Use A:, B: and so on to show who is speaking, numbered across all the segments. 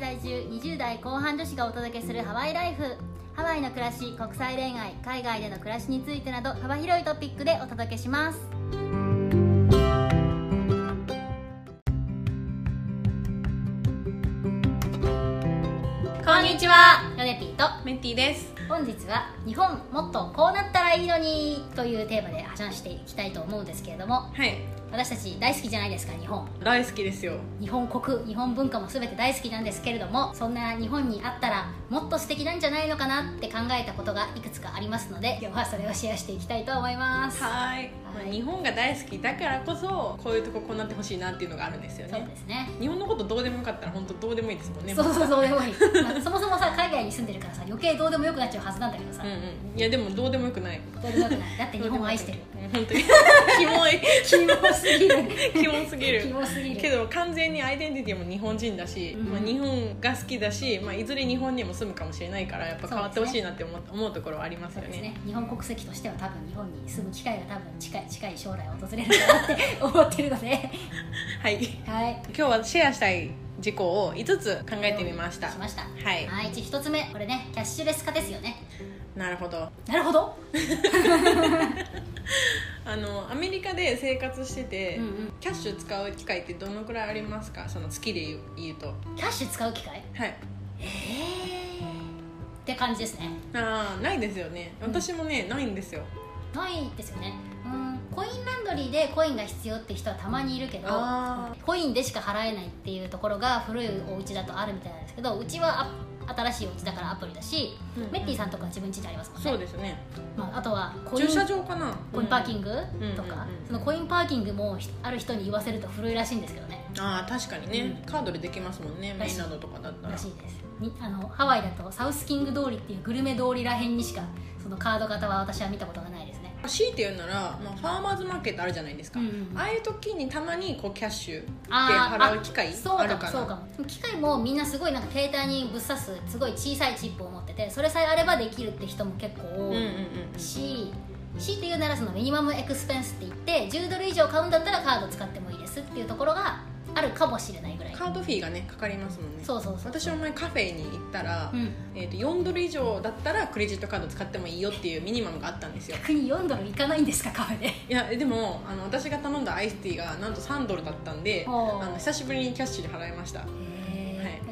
A: 20代後半女子がお届けするハワイライフハワイの暮らし国際恋愛海外での暮らしについてなど幅広いトピックでお届けします
B: こんにちは
A: ヨネピーと
B: メッティです
A: 本日は「日本もっとこうなったらいいのに」というテーマで話していきたいと思うんですけれども
B: はい
A: 私たち大好きじゃないですか日本
B: 大好きですよ
A: 日本国日本文化も全て大好きなんですけれどもそんな日本にあったらもっと素敵なんじゃないのかなって考えたことがいくつかありますので今日はそれをシェアしていきたいと思います
B: はい
A: はい
B: まあ日本が大好きだからこそこういうとここうなってほしいなっていうのがあるんですよ
A: そう
B: ね
A: ですね
B: 日本のことどうでもよかったら本当どうでもいいですもんね
A: そうそうそうでもいい、まあそもそもさ海外に住んでるからさ余計どうでもよくなっちゃうはずなんだけどさ、
B: うんうんいやでもどうでもよくない
A: どうでもよくないだって日本を愛してる
B: うん本当 に キモい
A: キモすぎる
B: キモすぎる
A: キモすぎる
B: けど完全にアイデンティティも日本人だし、
A: うん
B: まあ、日本が好きだし、まあ、いずれ日本にも住むかもしれないからやっぱ変わってほしいなって思う,、思うところはあります
A: そ
B: よ
A: う
B: ね
A: ですね日本国籍としては多分日本に住む機会が多分近い近い将来訪れるかなって思ってるので
B: はい
A: はい
B: 今日はシェアしたい事項を5つ考えてみました
A: しました
B: はい
A: はいじゃあ1つ目これねキャッシュレス化ですよね
B: なるほど
A: なるほど
B: あのアメリカで生活してて、
A: うんうん
B: キャッシュ使う機会ってどのくらいありますかその月で言う言うと
A: キャッシュ使う機会
B: はい
A: ええー、って感じですね
B: あーないですよね
A: うん
B: 私もね、ないんですよ
A: ないですよねうんコインランドリーでコインが必要って人はたまにいるけど
B: あ
A: コインでしか払えないっていうところが古いお家だとあるみたいなんですけどうちはあ新しいお家だからアプリだし、
B: うんうん
A: メッティさんとか自分家でありますもんね
B: そうですね
A: まあ、あとはコイン
B: 駐車場かな
A: コインパーキン
B: グ、
A: グとか、
B: うんうんうん
A: そのコインパーキングもひある人に言わせると古いらしいんですけどね
B: ああ確かにね、カードでできますもんね
A: ら
B: メ
A: しい
B: インランドとかだったら
A: らしいですにあのハワイだとサウスキング通りっていうグルメ通りらへんにしかそのカード型は私は見たことがないですね
B: 強いて言うなら、まあ、ファーマーズマーケットあるじゃないですか、
A: うんうんうん
B: ああいう時にたまにこうキャッシュで
A: あー
B: 払う機会
A: そう
B: あ
A: か
B: る
A: も
B: か
A: そう
B: な
A: かも機械もみんなすごいなんか携帯にぶっ刺すすごい小さいチップを持っててそれさえあればできるって人も結構
B: うんう
A: 多
B: んうん
A: いし、強いて言うならそのミニマムエクスペンスって言って10ドル以上買うんだったらカード使ってもいいですっていうところがあるかもしれないぐらい
B: カードフィーがねかかりますもんね
A: そうそうそう
B: 私お前カフェに行ったら、
A: うん
B: えー、と4ドル以上だったらクレジットカード使ってもいいよっていうミニマムがあったんですよ
A: 逆に4ドルいかないんですかカフェで
B: いやでもあの私が頼んだアイスティーがなんと3ドルだったんであ
A: おー
B: の久しぶりにキャッシュで払いました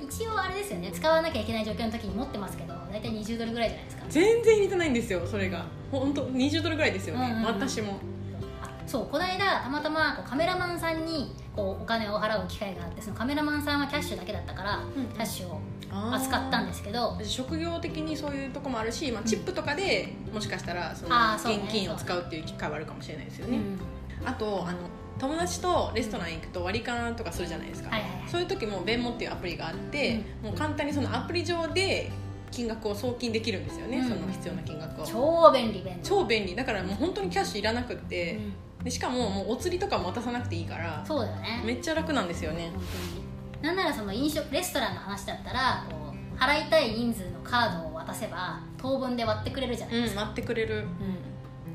A: 一応あれですよね使わなきゃいけない状況の時に持ってますけど大体20ドルぐらいじゃないですか
B: 全然似てないんですよそれが本当20ドルぐらいですよね、
A: うんうんうん
B: 私も
A: あそうこの間たまたまこうカメラマンさんにこうお金を払う機会があってそのカメラマンさんはキャッシュだけだったから、
B: うん
A: キャッシュを扱
B: 扱
A: ったんですけど
B: 職業的にそういうとこもあるし、まあ、チップとかでもしかしたらその
A: あーそうね
B: 現金を使うっていう機会はあるかもしれないですよ
A: う
B: ね、
A: ん
B: あとあの友達とレストラン行くと割り勘とかするじゃないですか、
A: はいはいはい
B: そういう時もベンモっていうアプリがあって、もう簡単にそのアプリ上で金額を送金できるんですよね、
A: うん
B: その必要な金額を
A: 超便利便利
B: 超便利だからもう本当にキャッシュいらなくって
A: う、ん
B: でしかももうお釣りとかも渡さなくていいから
A: そうだよね
B: めっちゃ楽なんですよね
A: 本当になんならその飲食レストランの話だったらこう払いたい人数のカードを渡せば当分で割ってくれるじゃな
B: う
A: い
B: ん
A: ですか、
B: 待ってくれる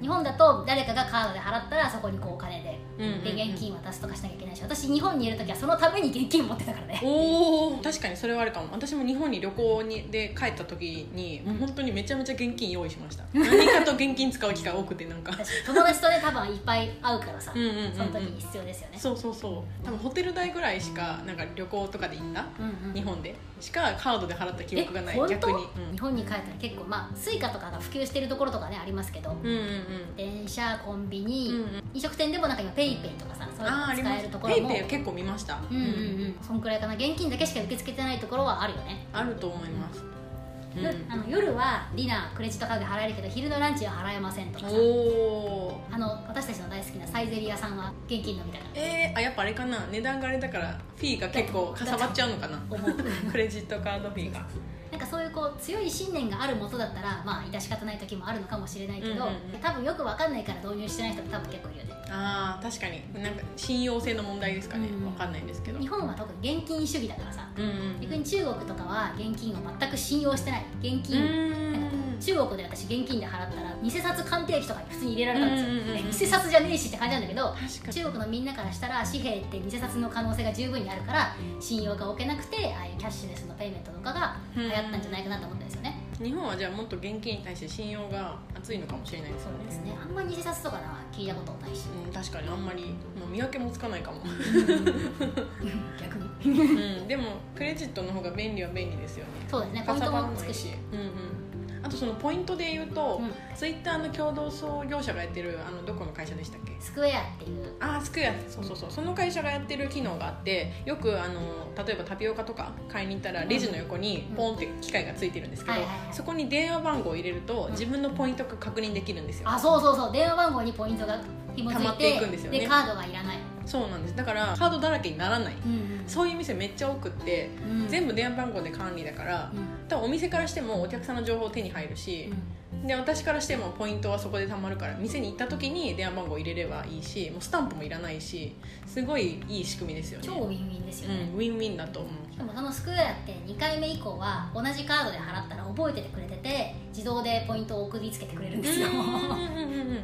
A: 日本だと誰かがカードで払ったらそこにこうお金で,、
B: うんうんうん
A: で現金渡すとかしなきゃいけないし私日本にいる時はそのために現金持ってたからね
B: おー確かにそれはあるかも私も日本に旅行にで帰った時にもう本当にめちゃめちゃ現金用意し ました何かと現金使う機会多くてなんか
A: 私友達とね多分いっぱい会うからさ
B: うんうんうんうん
A: その時に必要ですよね
B: そうそうそう多分ホテル代ぐらいしかなんか旅行とかで行った、
A: うんうん
B: 日本でしかカードで払った記憶がな
A: え本
B: い
A: 当
B: 逆に、
A: 日本に帰ったら結構まあスイカとかが普及してるところとかねありますけど、
B: うん、うんうん
A: 電車コンビ
B: う
A: ニ、
B: んうん
A: 飲食店でもなんか今ペイペイとかさそういう
B: あああり
A: の使
B: ま
A: え
B: す
A: るとこ
B: ペ
A: ろ
B: イ
A: も
B: ペイ結構見ました、
A: うんうんうんそんくらいかな現金だけしか受け付けてないところはあるよね、
B: あると思います、うん
A: よあの夜はディナークレジットカードで払えるけど昼のランチは払えませんとかさ
B: おー
A: あの私たちの大好きなサイゼリアさんは現金のみだから
B: えー、あやっぱあれかな値段があれだからフィーが結構かさばっちゃうのか な
A: 思う
B: クレジットカードフィーが
A: なんかそういうこう強い信念があるもとだったらまあ致し方ない時もあるのかもしれないけ
B: う
A: ど、
B: んうんうん
A: 多分よくわかんないから導入してない人も多分結構いるよね
B: あー確かになんか信用性の問題ですかね
A: うん
B: わかんないですけど、うん
A: 日本は特に現金主義だからさ
B: うん、
A: 逆に中国とかは現金を全く信用してない現金、
B: うん
A: なんか中国で私現金で払ったら偽札鑑定機とかに普通に入れられたんですよ、
B: うんうんうんうん
A: え偽札じゃねえしって感じなんだけど
B: 確かに
A: 中国のみんなからしたら紙幣って偽札の可能性が十分にあるから信用が置けなくてああいうキャッシュレスのペイメントとかが流行ったんじゃないかなと思ったんですよね、
B: 日本はじゃあもっと現金に対して信用が厚いのかもしれないです
A: そ
B: よ
A: うです
B: ね
A: ねあんまり偽札とかな聞いたことないし
B: うん、確かにあんまりもう見分けもつかない かも、
A: 逆に
B: うん、でもクレジットの方が便利は便利ですよね
A: そうですねポ
B: か
A: イン
B: さ
A: ト
B: ば
A: も
B: ん
A: つ
B: ない
A: くし
B: し、うんうん、あとそのポイントで言うと、
A: うん
B: ツイッターの共同創業者がやってるあのどこの会社でしたっけ
A: スクエアっていう
B: あースクエアそうそうそうその会社がやってる機能があってよくあの例えばタピオカとか買いに行ったらレジの横に
A: うん
B: ポンって機械がついてるんですけど、
A: はいはいはい
B: そこに電話番号を入れると
A: ん
B: 自分のポイントが確認できるんですよ
A: あそうそうそう電話番号にポイントが紐付
B: 溜ま
A: い
B: って
A: て
B: いくんですよね
A: カードがいらない、
B: そうなんですだからカードだらけにならない
A: うん
B: そういう店めっちゃ多くって
A: うん
B: 全部電話番号で管理だから
A: うん
B: 多分お店からしてもお客さんの情報手に入るし、で私からしてもポイントはそこで貯まるから店に行った時に電話番号入れればいいしもうスタンプもいらないしすごいいい仕組みですよね
A: 超ウィンウィンですよ
B: う
A: ね、
B: ん、ウィンウィンだと思う
A: でもそのスクエアって2回目以降は同じカードで払ったら覚えててくれてて自動でポイントを送りつけてくれるんですよ
B: うんうんうんう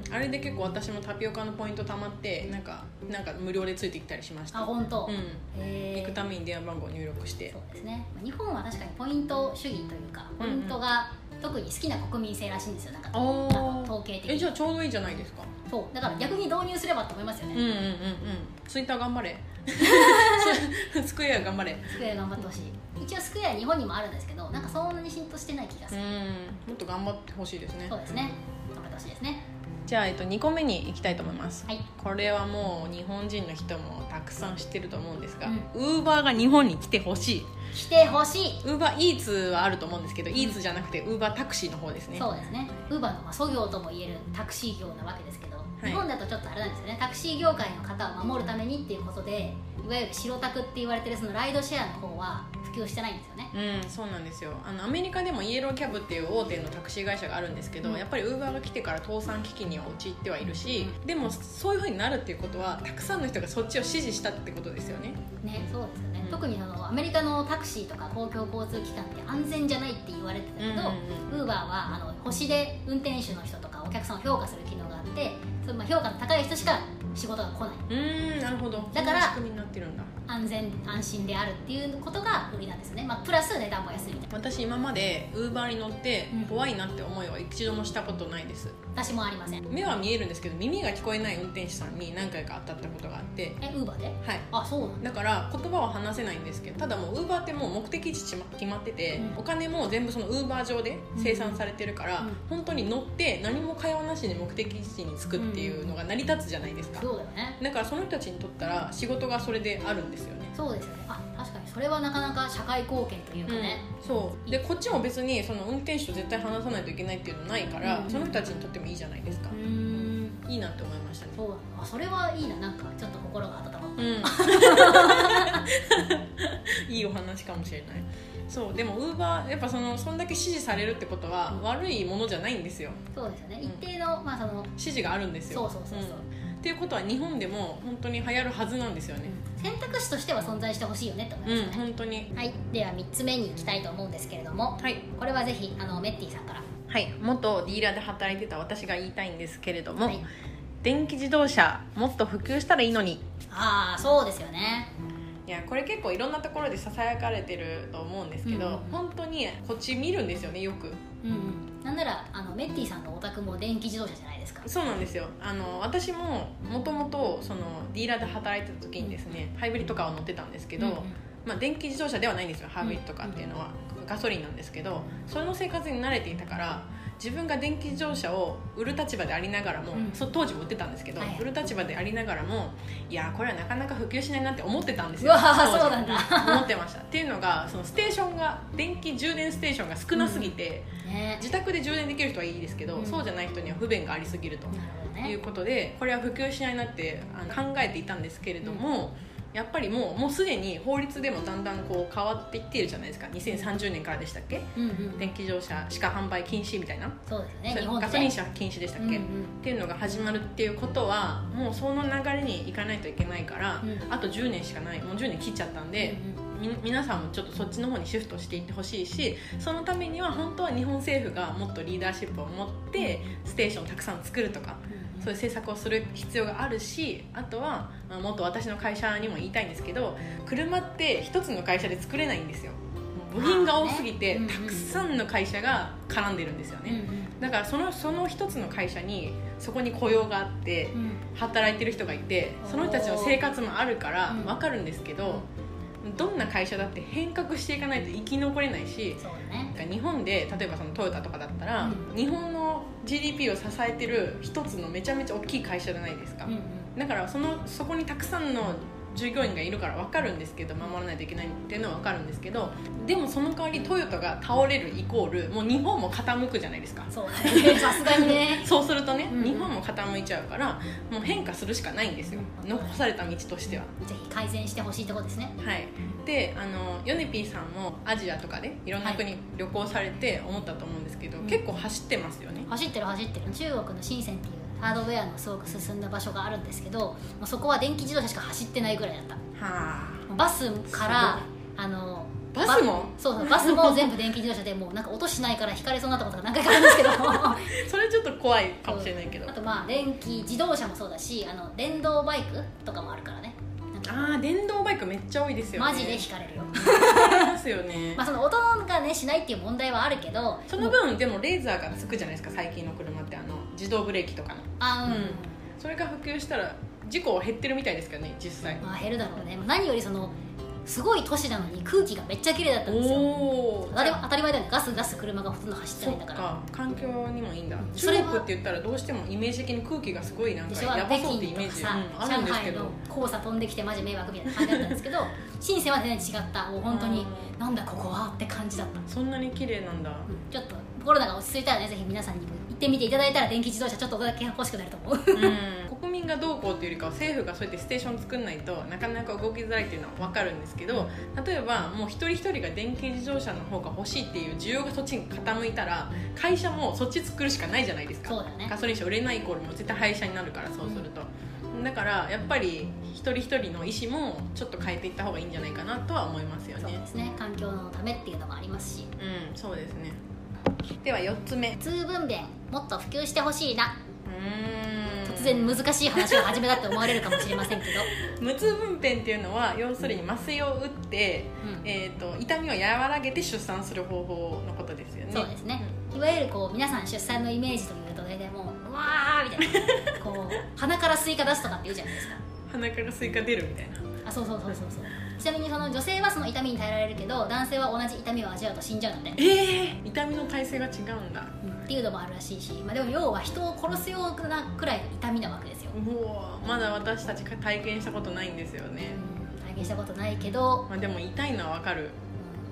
B: んあれで結構私もタピオカのポイント貯まってなんかなんか無料でついてきたりしまし
A: あ
B: た
A: 本当、
B: うん
A: えー
B: 行くために電話番号を入力して
A: そうですね日本は確かにポイント主義というかポイントが特に好きな国民性らしいんですよなんか
B: おー
A: 統計的
B: えじ
A: に
B: ゃあちょうどいいじゃないですか
A: そうだから逆に導入すればと思いますよ
B: う
A: ね、
B: んうんうんうんツイッター頑張 れスクエア頑張れ
A: スクエア頑張ってほしい一応スクエア日本にもあるんですけどなんかそんなに浸透してない気がす
B: うん
A: る、
B: もっと頑張ってほしいですね
A: そうですね頑張ってほしいですね
B: じゃあ、えっと、2個目に行きたいと思います
A: はい
B: これはもう日本人の人もたくさん知ってると思うんですが
A: うん
B: ウーバーが日本に来てほしい
A: 来てほしい、
B: ウーバーイーツはあると思うんですけど、イーツじゃなくてウーバータクシーの方ですね
A: そうですねウーバーのまあ祖業ともいえるタクシー業なわけですけど、
B: い
A: 日本だとちょっとあれなんですよねタクシー業界の方を守るためにっていうことでいわゆる白タクって言われてるそのライドシェアの方は普及してないんですよね
B: うん、そうなんですよあのアメリカでもイエローキャブっていう大手のタクシー会社があるんですけど、
A: うん
B: やっぱりウーバーが来てから倒産危機には陥ってはいるし、でもそういうふうになるっていうことはたくさんの人がそっちを支持したってことですよね
A: ねそうですよね、
B: うん
A: 特にあのアメリカのタクシーとか公共交通機関って安全じゃないって言われてたけど、ウーバーはあの星で運転手の人とかお客さんを評価する機能があってそのまあ評価の高い人しか仕事が来ない
B: うんうんなるほど
A: だか
B: そんな
A: ら
B: 仕組みになってるんだ
A: 安全安心であるっていうことが売りなんですよね、まあ、プラス値段も安いみたいな
B: 私今までウーバーに乗って
A: うん
B: 怖いなって思いは一度もしたことないです
A: 私もありません
B: 目は見えるんですけど耳が聞こえない運転手さんに何回か当たったことがあって
A: えウーバーで
B: はい
A: あそうなんだ
B: だから言葉は話せないんですけどただもうウーバーってもう目的地決まってて、
A: うん
B: お金も全部そのウーバー上で生産されてるから、
A: うん
B: 本当に乗って何も会話なしに目的地に着くっていうのが成り立つじゃないですか、
A: そうだよね
B: だからその人たちにとったら仕事がそれであるんですよね
A: そうですよねあ確かにそれはなかなか社会貢献というかね、
B: そうでこっちも別にその運転手と絶対話さないといけないっていうのないから、
A: うん
B: その人たちにとってもいいじゃないですか
A: う、ーん
B: いいなって思いましたね
A: そうだなあそれはいいななんかちょっと心が温まっ
B: うん いいお話かもしれないそうでもウーバーやっぱそのそんだけ支持されるってことは悪いものじゃないんですよ
A: たそうですよね
B: うん
A: 一定の、まあその
B: 支持があるんです
A: そ
B: よ
A: うそうそう
B: ん
A: そう、
B: っていうことは日本でも本当に流行るはずなんですよね
A: 選択肢としては存在してほしいよねって思いま
B: うん
A: すよね、
B: 本当に
A: はい、では3つ目に行きたいと思うんですけれども
B: はい
A: これはぜひあのメッティさんから、
B: はい元ディーラーで働いてた私が言いたいんですけれども、
A: はい、
B: 電気自動車もっと普及したらいいのに
A: ああそうですよね
B: いやこれ結構いろんなところでささやかれてると思うんですけど、
A: うんうんうん
B: 本当にこっち見るんですよねよく
A: うん、うん、なんならあのメッティさんのお宅も電気自動車じゃないですか
B: そうなんですよあの私ももともとそのディーラーで働いてた時にですねハイブリッドカーを乗ってたんですけど、
A: うんうん
B: まあ、電気自動車ではないんですよハイブリッドカーっていうのは、ガソリンなんですけどその生活に慣れていたから自分が電気自動車を売る立場でありながらも、
A: うん
B: そ当時も売ってたんですけど、
A: はいはい
B: 売る立場でありながらもいやーこれはなかなか普及しないなって思ってたんです
A: う
B: よ
A: わー
B: 当時
A: そうなんだ
B: うん思ってましたっていうのがそのステーションが電気充電ステーションが少なすぎて、
A: ね
B: 自宅で充電できる人はいいですけど、
A: うん
B: そうじゃない人には不便がありすぎると。
A: なるほど
B: という
A: ね
B: ことでこれは普及しないなってあの考えていたんですけれども、やっぱりもうもうすでに法律でもだんだんこう変わっていっているじゃないですか2030年からでしたっけ
A: うんうん
B: 電気自動車しか販売禁止みたいな、
A: そうで
B: そ
A: すよね
B: れ
A: 日本で
B: ガソリン車禁止でしたっけ、
A: う
B: っ
A: ん
B: ていうのが始まるっていうことはもうその流れに行かないといけないから、
A: うん
B: あと10年しかないもう10年切っちゃったんで、
A: うん
B: み皆さんもちょっとそっちの方にシフトしていってほしいしそのためには本当は日本政府がもっとリーダーシップを持ってステーションをたくさん作るとかそういう政策をする必要があるしあとはあもっと私の会社にも言いたいんですけど車って一つの会社で作れないんですよもう部品が多すぎて
A: まあね
B: たくさんの会社が絡んでるんですよ
A: うんう
B: ね
A: ん
B: だからそのその一つの会社にそこに雇用があって
A: うん
B: 働いてる人がいてその人たちの生活もあるから
A: うん
B: 分かるんですけど、どんな会社だって変革していかないと生き残れないし
A: そうね
B: なんか日本で例えばそのトヨタとかだったら、
A: うん
B: 日本の GDP を支えてる一つのめちゃめちゃ大きい会社じゃないですか、
A: うんうん
B: だからそのそこにたくさんの従業員がいるから分かるんですけど守らないといけないっていうのは分かるんですけどでもその代わりトヨタが倒れるイコールもう日本も傾くじゃないですか
A: そう ねさすがにね
B: そうするとね、
A: うん
B: 日本も傾いちゃうからもう変化するしかないんですよ
A: うん
B: 残された道としては。
A: ぜひ改善してほしいとこですね
B: はい、であのヨネピーさんもアジアとかでいろんな国旅行されて思ったと思うんですけど、
A: うん
B: 結構走ってますよね、
A: 走ってる走ってる中国の深センっていうハードウェアのすごく進んだ場所があるんですけどもうそこは電気自動車しか走ってないぐらいだった
B: はあ
A: バスからあの
B: バスも
A: そうそうバスも全部電気自動車でもうなんか音しないから引かれそうになったことが何回かあるんですけどあ
B: それちょっと怖いかもしれないけどあ
A: とまあ電気自動車もそうだしあの電動バイクとかもあるからねなんか
B: あー電動バイクめっちゃ多いですよね
A: マジで引かれるよ
B: かますよね、
A: まあその音がねしないっていう問題はあるけど
B: その分でもレーザーがつくじゃないですか最近の車ってあの自動ブレーキとかの
A: あうん、
B: それが普及したら事故は減ってるみたいですけどね実際
A: まあ減るだろうね何よりそのすごい都市なのに空気がめっちゃ綺麗だったんですよ
B: おお
A: 当たり当たり前だよねガスガス車がほとんど走って
B: そ
A: ないん
B: っ
A: だから
B: か環境にもいいんだ
A: そ
B: 中
A: れは
B: 国って言ったらどうしてもイメージ的に空気がすごいなん
A: で
B: か
A: しょ
B: や
A: 北
B: ばそうってイ
A: 京
B: メー
A: とか
B: ジ、
A: さ、
B: うんあるん
A: 上
B: ですけ
A: 海
B: ど
A: の黄砂飛んできてマジ迷惑みたいな感じだったんですけど深センは全然違ったもう本当に
B: う
A: なんだここはって感じだった、
B: そんなに綺麗なんだ
A: うんちょっとコロナが落ち着いたらねぜひ皆さんにも行ってみていただいたら電気自動車ちょっとだけ欲しくなると思う
B: うん 国民がどうこうっていうよりかは政府がそうやってステーション作んないとなかなか動きづらいっていうのは分かるんですけど例えばもう一人一人が電気自動車の方が欲しいっていう需要がそっちに傾いたら会社もそっち作るしかないじゃないですか
A: そうだよね
B: ガソリン車売れないイコールもう絶対廃車になるからそうすると、だからやっぱり一人一人の意思もちょっと変えていった方がいいんじゃないかなとは思いますよ
A: そう
B: ね
A: ですね環境のためっていうのもありますし
B: うんそうですねでは4つ目う
A: 通分娩もっと普及してほしいな
B: ーん
A: 突然難しい話を始めたって思われるかもしれませんけど、
B: 無痛分娩っていうのは要するに麻酔を打って、
A: うん
B: えー、と痛みを和らげて出産する方法のことですよね
A: そうですねいわゆるこう皆さん出産のイメージというと大体もううわーみたい なこう鼻からスイカ出すとかって言うじゃないですか
B: 鼻からスイカ出るみたいな
A: あそうそうそうそうそうちなみにその女性はその痛みに耐えられるけど男性は同じ痛みを味わうと死んじゃうんだって、
B: えー、痛みの耐性が違うんだ
A: うんっていうのもあるらしいし、まあ、でも要は人を殺すようなくらいの痛みなわけですよ、
B: もうまだ私たちが体験したことないんですよ
A: う
B: ね、
A: ん、体験したことないけど、
B: まあ、でも痛いのは分かる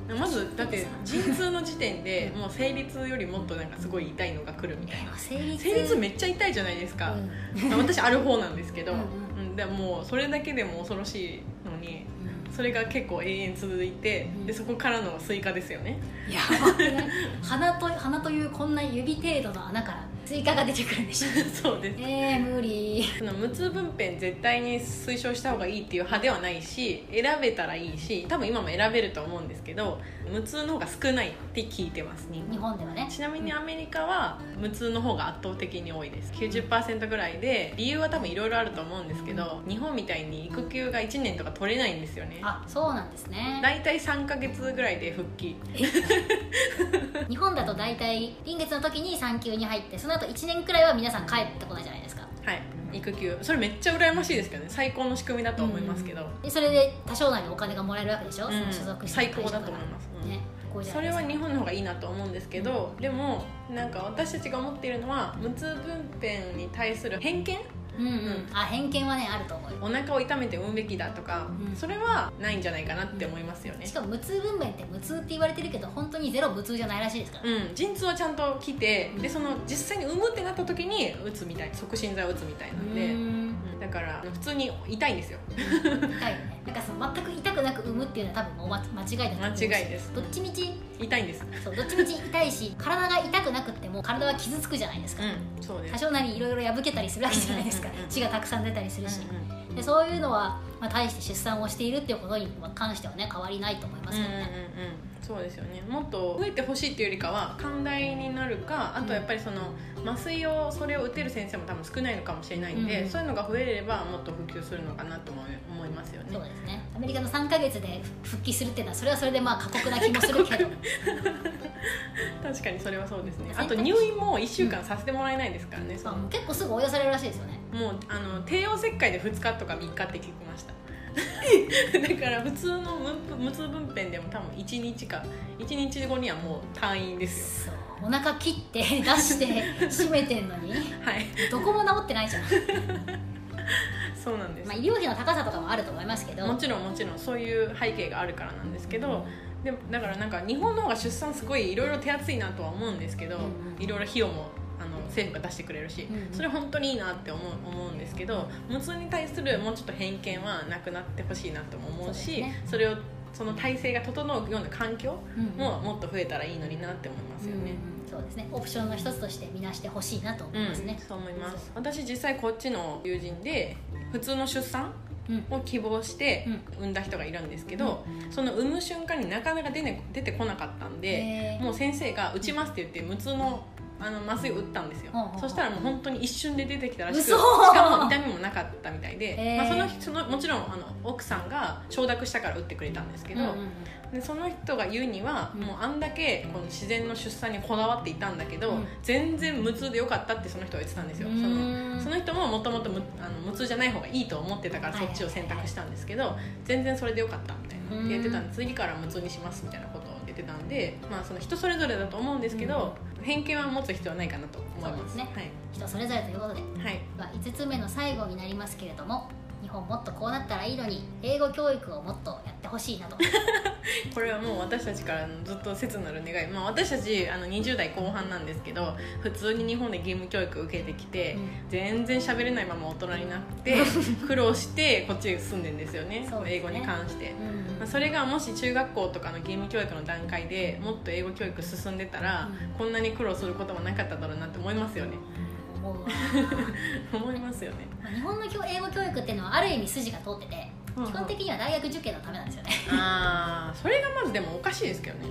A: うん
B: まずだって陣痛の時点でもう生理痛よりもっとなんかすごい痛いのが来るみたい
A: え
B: な
A: ー生理痛
B: 生理痛めっちゃ痛いじゃないですか、
A: うん
B: まあ私ある方なんですけど
A: うんう
B: うんでもうそれだけでも恐ろしいのに
A: うん
B: それが結構永遠続いて
A: うん
B: でそこからのスイカですよね
A: やばくない鼻と鼻というこんな指程度の穴からスイカが出てくるん でしょ
B: そうです
A: えー、無理
B: その無痛分娩絶対に推奨した方がいいっていう派ではないし選べたらいいし多分今も選べると思うんですけど無痛の方が少ないって聞いてますね
A: 日本ではね
B: ちなみにアメリカは無痛の方が圧倒的に多いです90%ぐらいで理由は多分いろいろあると思うんですけど日本みたいに育休が1年とか取れないんですよね
A: あそうなんですね
B: 大体3ヶ月ぐらいで復帰
A: 日本だと大体臨月の時に産休に入ってその後1年くらいは皆さん帰ってこないじゃないですか
B: はい育休それめっちゃ羨ましいですけどね最高の仕組みだと思いますけど、
A: でそれで多少なりお金がもらえるわけでしょ、
B: うん
A: その所属して
B: 最
A: る
B: 高
A: 会社
B: だ
A: か
B: と
A: ら
B: 思います、うん
A: ねこうじゃ
B: そ
A: ない
B: れ
A: です
B: は
A: か
B: 日本の方がいいなと思うんですけど、でもなんか私たちが思っているのは無痛分娩に対する偏見
A: うんうんあ偏見はねあると思うよ
B: お腹を痛めて産むべきだとか、
A: うん
B: それはないんじゃないかなって思いますよね
A: し、かも無痛分娩って無痛って言われてるけど本当にゼロ無痛じゃないらしいですから、
B: うん、陣痛はちゃんと来て
A: うん
B: でその実際に産むってなった時に打つみたい促進剤を打つみたいなんで、
A: うー
B: うん
A: ん
B: だから普通に痛いんですよ
A: 痛いよねなんかその全く痛くなく産むっていうのは多分もうま間違いだと思うし
B: 間違いです
A: どっちみち
B: 痛いんです
A: そうどっちみち痛いし体が痛くなくっても体は傷つくじゃないですか、
B: うんそうで
A: 多
B: す
A: 少なりいろいろ破けたりするわけじゃないですか
B: うんうんうんうん
A: 血がたくさん出たりするし、
B: うんうん
A: でそういうのは、ままあ、大して出産をしているっていうことに関してはね変わりないと思いますけどね。
B: うんうんうんそうですよねもっと増えてほしいっていうよりかは寛大になるかあとやっぱりその麻酔をそれを打てる先生も多分少ないのかもしれないんで、
A: うん
B: そういうのが増えればもっと普及するのかなとも思いますよね
A: そうですねアメリカの3か月で復帰するっていうのはそれはそれでまあ過酷な気もするけ ど
B: 確かにそれはそうですね
A: 選
B: あ
A: 択肢
B: と入院も1週間させてもらえないですからね、そ
A: まあ
B: の
A: もう結構すぐ追い出されるらしいですよね
B: もうあの帝王切開で2日とか3日って聞きま しただから普通の分無痛分娩でも多分1日か1日後にはもう退院ですよ
A: そうお腹切って出して締めてんのに
B: はい
A: どこも治ってないじゃん、
B: そうなんです、
A: まあ、医療費の高さとかもあると思いますけど
B: もちろんもちろんそういう背景があるからなんですけどでもだからなんか日本の方が出産すごいいろいろ手厚いなとは思うんですけど
A: うんうん
B: いろいろ費用もあの政府が出してくれるし
A: うんうん
B: それ本当にいいなって思う思うんですけど無痛に対するもうちょっと偏見はなくなってほしいなとも思う
A: そう
B: し
A: ですね
B: それをその体制が整うような環境
A: うんうん
B: ももっと増えたらいいのになって思いますよね。
A: うんうんそうですねオプションの一つとして見なしてほしいなと思
B: う
A: い
B: ん
A: ますね、
B: そう思います私実際こっちの友人で普通の出産
A: うん
B: を希望して
A: う
B: 産んだ人がいるんですけど、その産む瞬間になかなか出,、ね、出てこなかったんで、
A: へー
B: もう先生が「打ちます」って言って無痛のあの麻酔を打ったんですよ、
A: うんうんうん
B: そしたらもう本当に一瞬で出てきたらしくし
A: 嘘
B: かも痛みもなかったみたい で、
A: へー
B: まあ、その人そのもちろんあの奥さんが承諾したから打ってくれたんですけど、
A: うんうんうん
B: でその人が言うには、
A: うん
B: もうあんだけこの自然の出産にこだわっていたんだけど、
A: うん
B: 全然無痛でよかったってその人は言ってたんですよ、
A: うー
B: そ
A: ん
B: のその人ももともと無あの無痛じゃない方がいいと思ってたから
A: はい
B: そ
A: はい
B: っ
A: はい
B: ちを選択したんですけど、全然それでよかったみたいなって言ってたんで次から無痛にしますみたいなことを言ってたんで、まあ、その人それぞれだと思うんですけど、偏見は持つ必要はないかなと思い
A: そう
B: ま
A: ですすね人それぞれということで
B: はい、はい、
A: は5つ目の最後になりますけれども日本もっとこうなったらいいのに英語教育をもっとやってほしいなと
B: これはもう私たちからのずっと切なる願い、まあ、私たちあの20代後半なんですけど普通に日本で義務教育受けてきて、
A: うん
B: 全然喋れないまま大人になって 苦労してこっちに住んでんですよね
A: そうですね
B: 英語に関して、
A: うん
B: まあ、それがもし中学校とかの義務教育の段階でもっと英語教育進んでたら、
A: うん
B: こんなに苦労することもなかっただろうなって思います よね
A: 思うわ
B: 思いますよね
A: まあ日本の教英語教育っていうのはある意味筋が通ってて
B: うんうん
A: 基本的には大学受験のためなんですよね、
B: ああそれがまずでもおかしいですけどね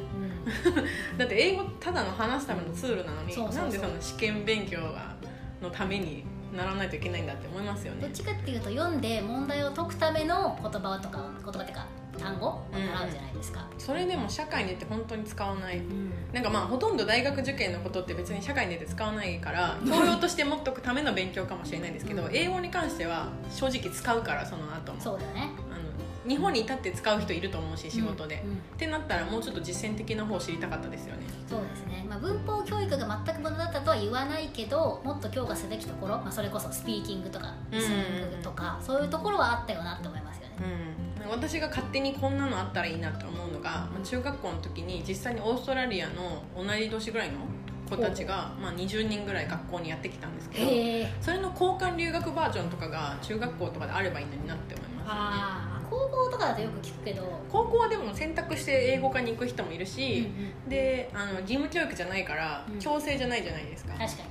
B: だって英語ただの話すためのツールなのに
A: そうそうそう
B: なんでその試験勉強がのためにならないといけないんだって思いますよ
A: どっ
B: ね
A: ちかっていうと読んで問題を解くための言葉とか言葉っていうか単語を習うじゃないですか、
B: それでも社会に出て本当に使わない
A: うん
B: なんかまあほとんど大学受験のことって別に社会に出て使わないから教養として持っとくための勉強かもしれないんですけど、
A: うん
B: 英語に関しては正直使うからその後も
A: そうだよね
B: あの日本にいたって使う人いると思うし仕事で、
A: うんうん
B: ってなったらもうちょっと実践的な方を知りたかったですよね
A: そうですね、まあ、文法教育が全く無駄だったとは言わないけどもっと強化すべきところ、まあ、それこそスピーキングとか
B: うん
A: リスニングとか、そういうところはあったよなって思いますよね、
B: うん、私が勝手にこんなのあったらいいなと思うのが、まあ、中学校の時に実際にオーストラリアの同じ年ぐらいの子たちが、まあ、20人ぐらい学校にやってきたんですけど
A: へえ
B: それの交換留学バージョンとかが中学校とかであればいいのになって思いますよね
A: ああ高校とかだとよく聞くけど、
B: 高校はでも選択して英語科に行く人もいるし、であの義務教育じゃないから
A: うん
B: 強制じゃないじゃないですか、
A: 確かにね、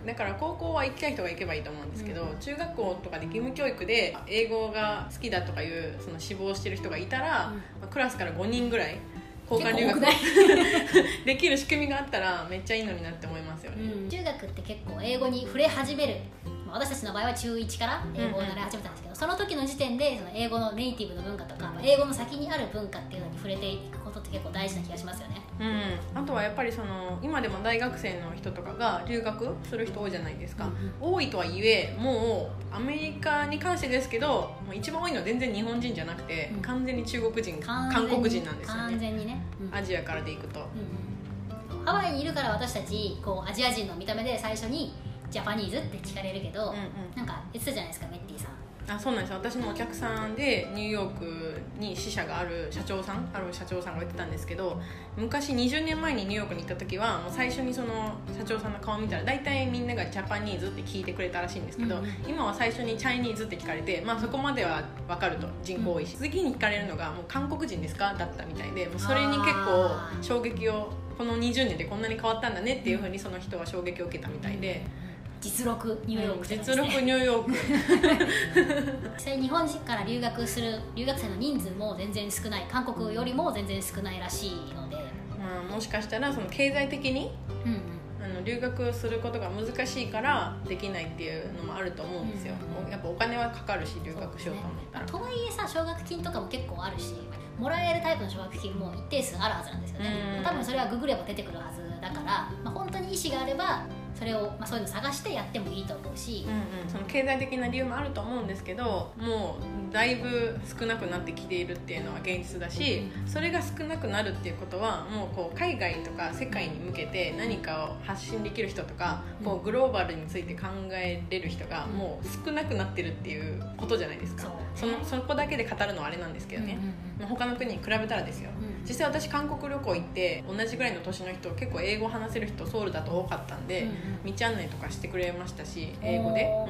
B: うんだから高校は行きたい人が行けばいいと思うんですけど、
A: う
B: 中学校とかで義務教育で英語が好きだとかいうその志望してる人がいたら、
A: うん
B: まあクラスから5人ぐらい交換留学
A: 結構多くない
B: できる仕組みがあったらめっちゃいいのになって思いますよね、
A: うん中学って結構英語に触れ始める、まあ、私たちの場合は中1から英語を習い始めたんですけど、その時の時点でその英語のネイティブの文化とか、まあ英語の先にある文化っていうのに触れていくことって結構大事な気がしますよね
B: うん、あとはやっぱりその今でも大学生の人とかが留学する人多いじゃないですか、多いとはいえもうアメリカに関してですけどもう一番多いのは全然日本人じゃなくて、
A: うん
B: 完全に中国人
A: 完
B: 韓
A: 全に
B: 国人なんですよ
A: 完
B: ね
A: 全にね、うん
B: アジアからでいくと
A: うんうんハワイにいるから私たちこうアジア人の見た目で最初にジャパニーズって聞かれるけ
B: う
A: ど、
B: んうん
A: なんか言ってたじゃないですかメッティさ
B: あ
A: ん
B: そうなんですよ私のお客さんでニューヨークに支社がある社長さんある社長さんが言ってたんですけど昔20年前にニューヨークに行った時はもう最初にその社長さんの顔見たら大体みんながジャパニーズって聞いてくれたらしいんですけど、
A: うんうん
B: 今は最初にチャイニーズって聞かれて、まあ、そこまでは分かると人口多いし、次に聞かれるのがもう韓国人ですかだったみたいでもうそれに結構
A: あー
B: 衝撃をこの20年でこんなに変わったんだねっていうふうにその人は衝撃を受けたみたいで。
A: 実録ニューヨークとかです
B: 実
A: ね
B: 力ニューヨーク
A: 実際日本人から留学する留学生の人数も全然少ない韓国よりも全然少ないらしいので、
B: まあもしかしたらその経済的に
A: うんうん
B: あの留学をすることが難しいからできないっていうのもあると思うんですよ、
A: うん
B: やっぱお金はかかるし留学しようと思ったら、
A: とはいえさ奨学金とかも結構あるしもらえるタイプの奨学金も一定数あるはずなんですよね、
B: うん
A: 多分それはググれば出てくるはずだから、まあ、本当に意思があればそれを、まあ、そういうの探してやってもいいと思うし、
B: うんうん、その経済的な理由もあると思うんですけどもうだいぶ少なくなってきているっていうのは現実だしそれが少なくなるっていうことはもうこう海外とか世界に向けて何かを発信できる人とかこうグローバルについて考えれる人がもう少なくなってるっていうことじゃないですか
A: そ
B: そうのそこだけで語るのはあれなんですけどね、
A: うん
B: もう他の国に比べたらですよ
A: うんうん
B: 実際私韓国旅行行って同じぐらいの年の人結構英語話せる人ソウルだと多かったんで、道案内とかしてくれましたし英語で、う
A: おーうん
B: ん
A: う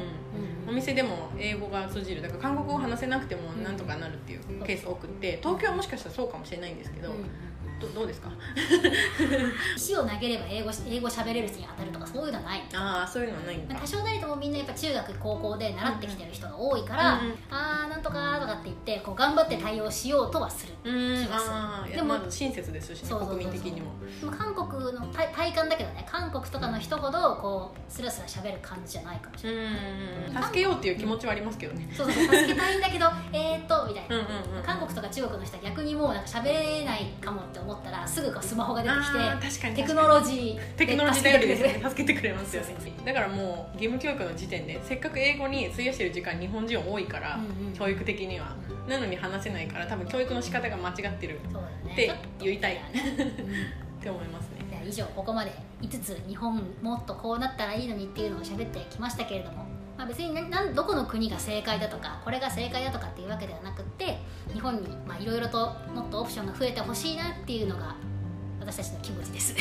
B: お
A: ん
B: 店でも英語が通じるだから韓国語を話せなくてもなんとかなるっていうケース多くって東京はもしかしたらそうかもしれないんですけど、
A: うん
B: どどうですか
A: 石を投げれば英語し英語喋れる人に当たるとかそういうのはない
B: ああそういうのはないんだ
A: まあ多少なりともみんなやっぱ中学高校で習ってきてる人が多いから、
B: うんうん
A: ああなんとかとかって言ってこう頑張って対応しようとはする
B: うー
A: 気
B: ん
A: がする
B: あーいや
A: でも
B: まず親切ですしね
A: そうそうそうそう
B: 国民的にも
A: でも韓国の体体感だけどね韓国とかの人ほどこうスラスラ喋る感じじゃないかもし
B: う
A: れない、
B: ーん助けようっていう気持ちはありますけどね
A: そうそう助けたいんだけどえーっとみたい
B: うん
A: な、
B: うんうん
A: 韓国とか中国の人は逆にもうなんか喋れないかもって思ったらすぐこうスマホが出て
B: あー
A: き
B: 確かに
A: てテ
B: 確
A: クノ
B: かに
A: ロジー
B: テクノロジー頼りですね
A: 助けてくれる
B: 助けてくれますよねだからもう義務教育の時点でせっかく英語に費やしてる時間日本人多いから、
A: うんうん
B: 教育的にはなのに話せないから多分教育の仕方が間違ってる
A: そうだね
B: って言いたい
A: ちょっとだよね うん
B: って思いますね
A: では以上ここまで5つ日本もっとこうなったらいいのにっていうのを喋ってきましたけれども、まあ、別にななんどこの国が正解だとかこれが正解だとかっていうわけではなくって日本にまあいろいろともっとオプションが増えてほしいなっていうのが私たちの気持ちです。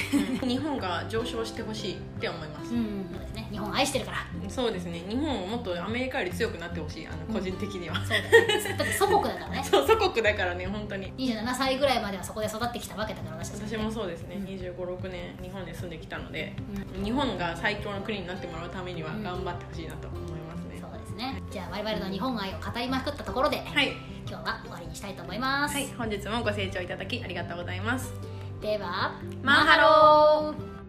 B: 日本が上昇してほしいって思います
A: う、んそうですね、 日本愛してるから
B: そうですね日本をもっとアメリカより強くなってほしいあの個人的には、
A: そうだ,、ね、だって祖国だからね
B: そう祖国だからね本当に
A: 27歳ぐらいまではそこで育ってきたわけだから私たち
B: 私もそうですね2 5 6年日本で住んできたので
A: うん
B: 日本が最強の国になってもらうためには頑張ってほしいなと思いますね、
A: そうですねじゃあ我々の日本愛を語りまくったところで
B: はい
A: 今日は終わりにしたいと思います、
B: はい、本日もご清聴いただきありがとうございます。
A: では
B: マンハロー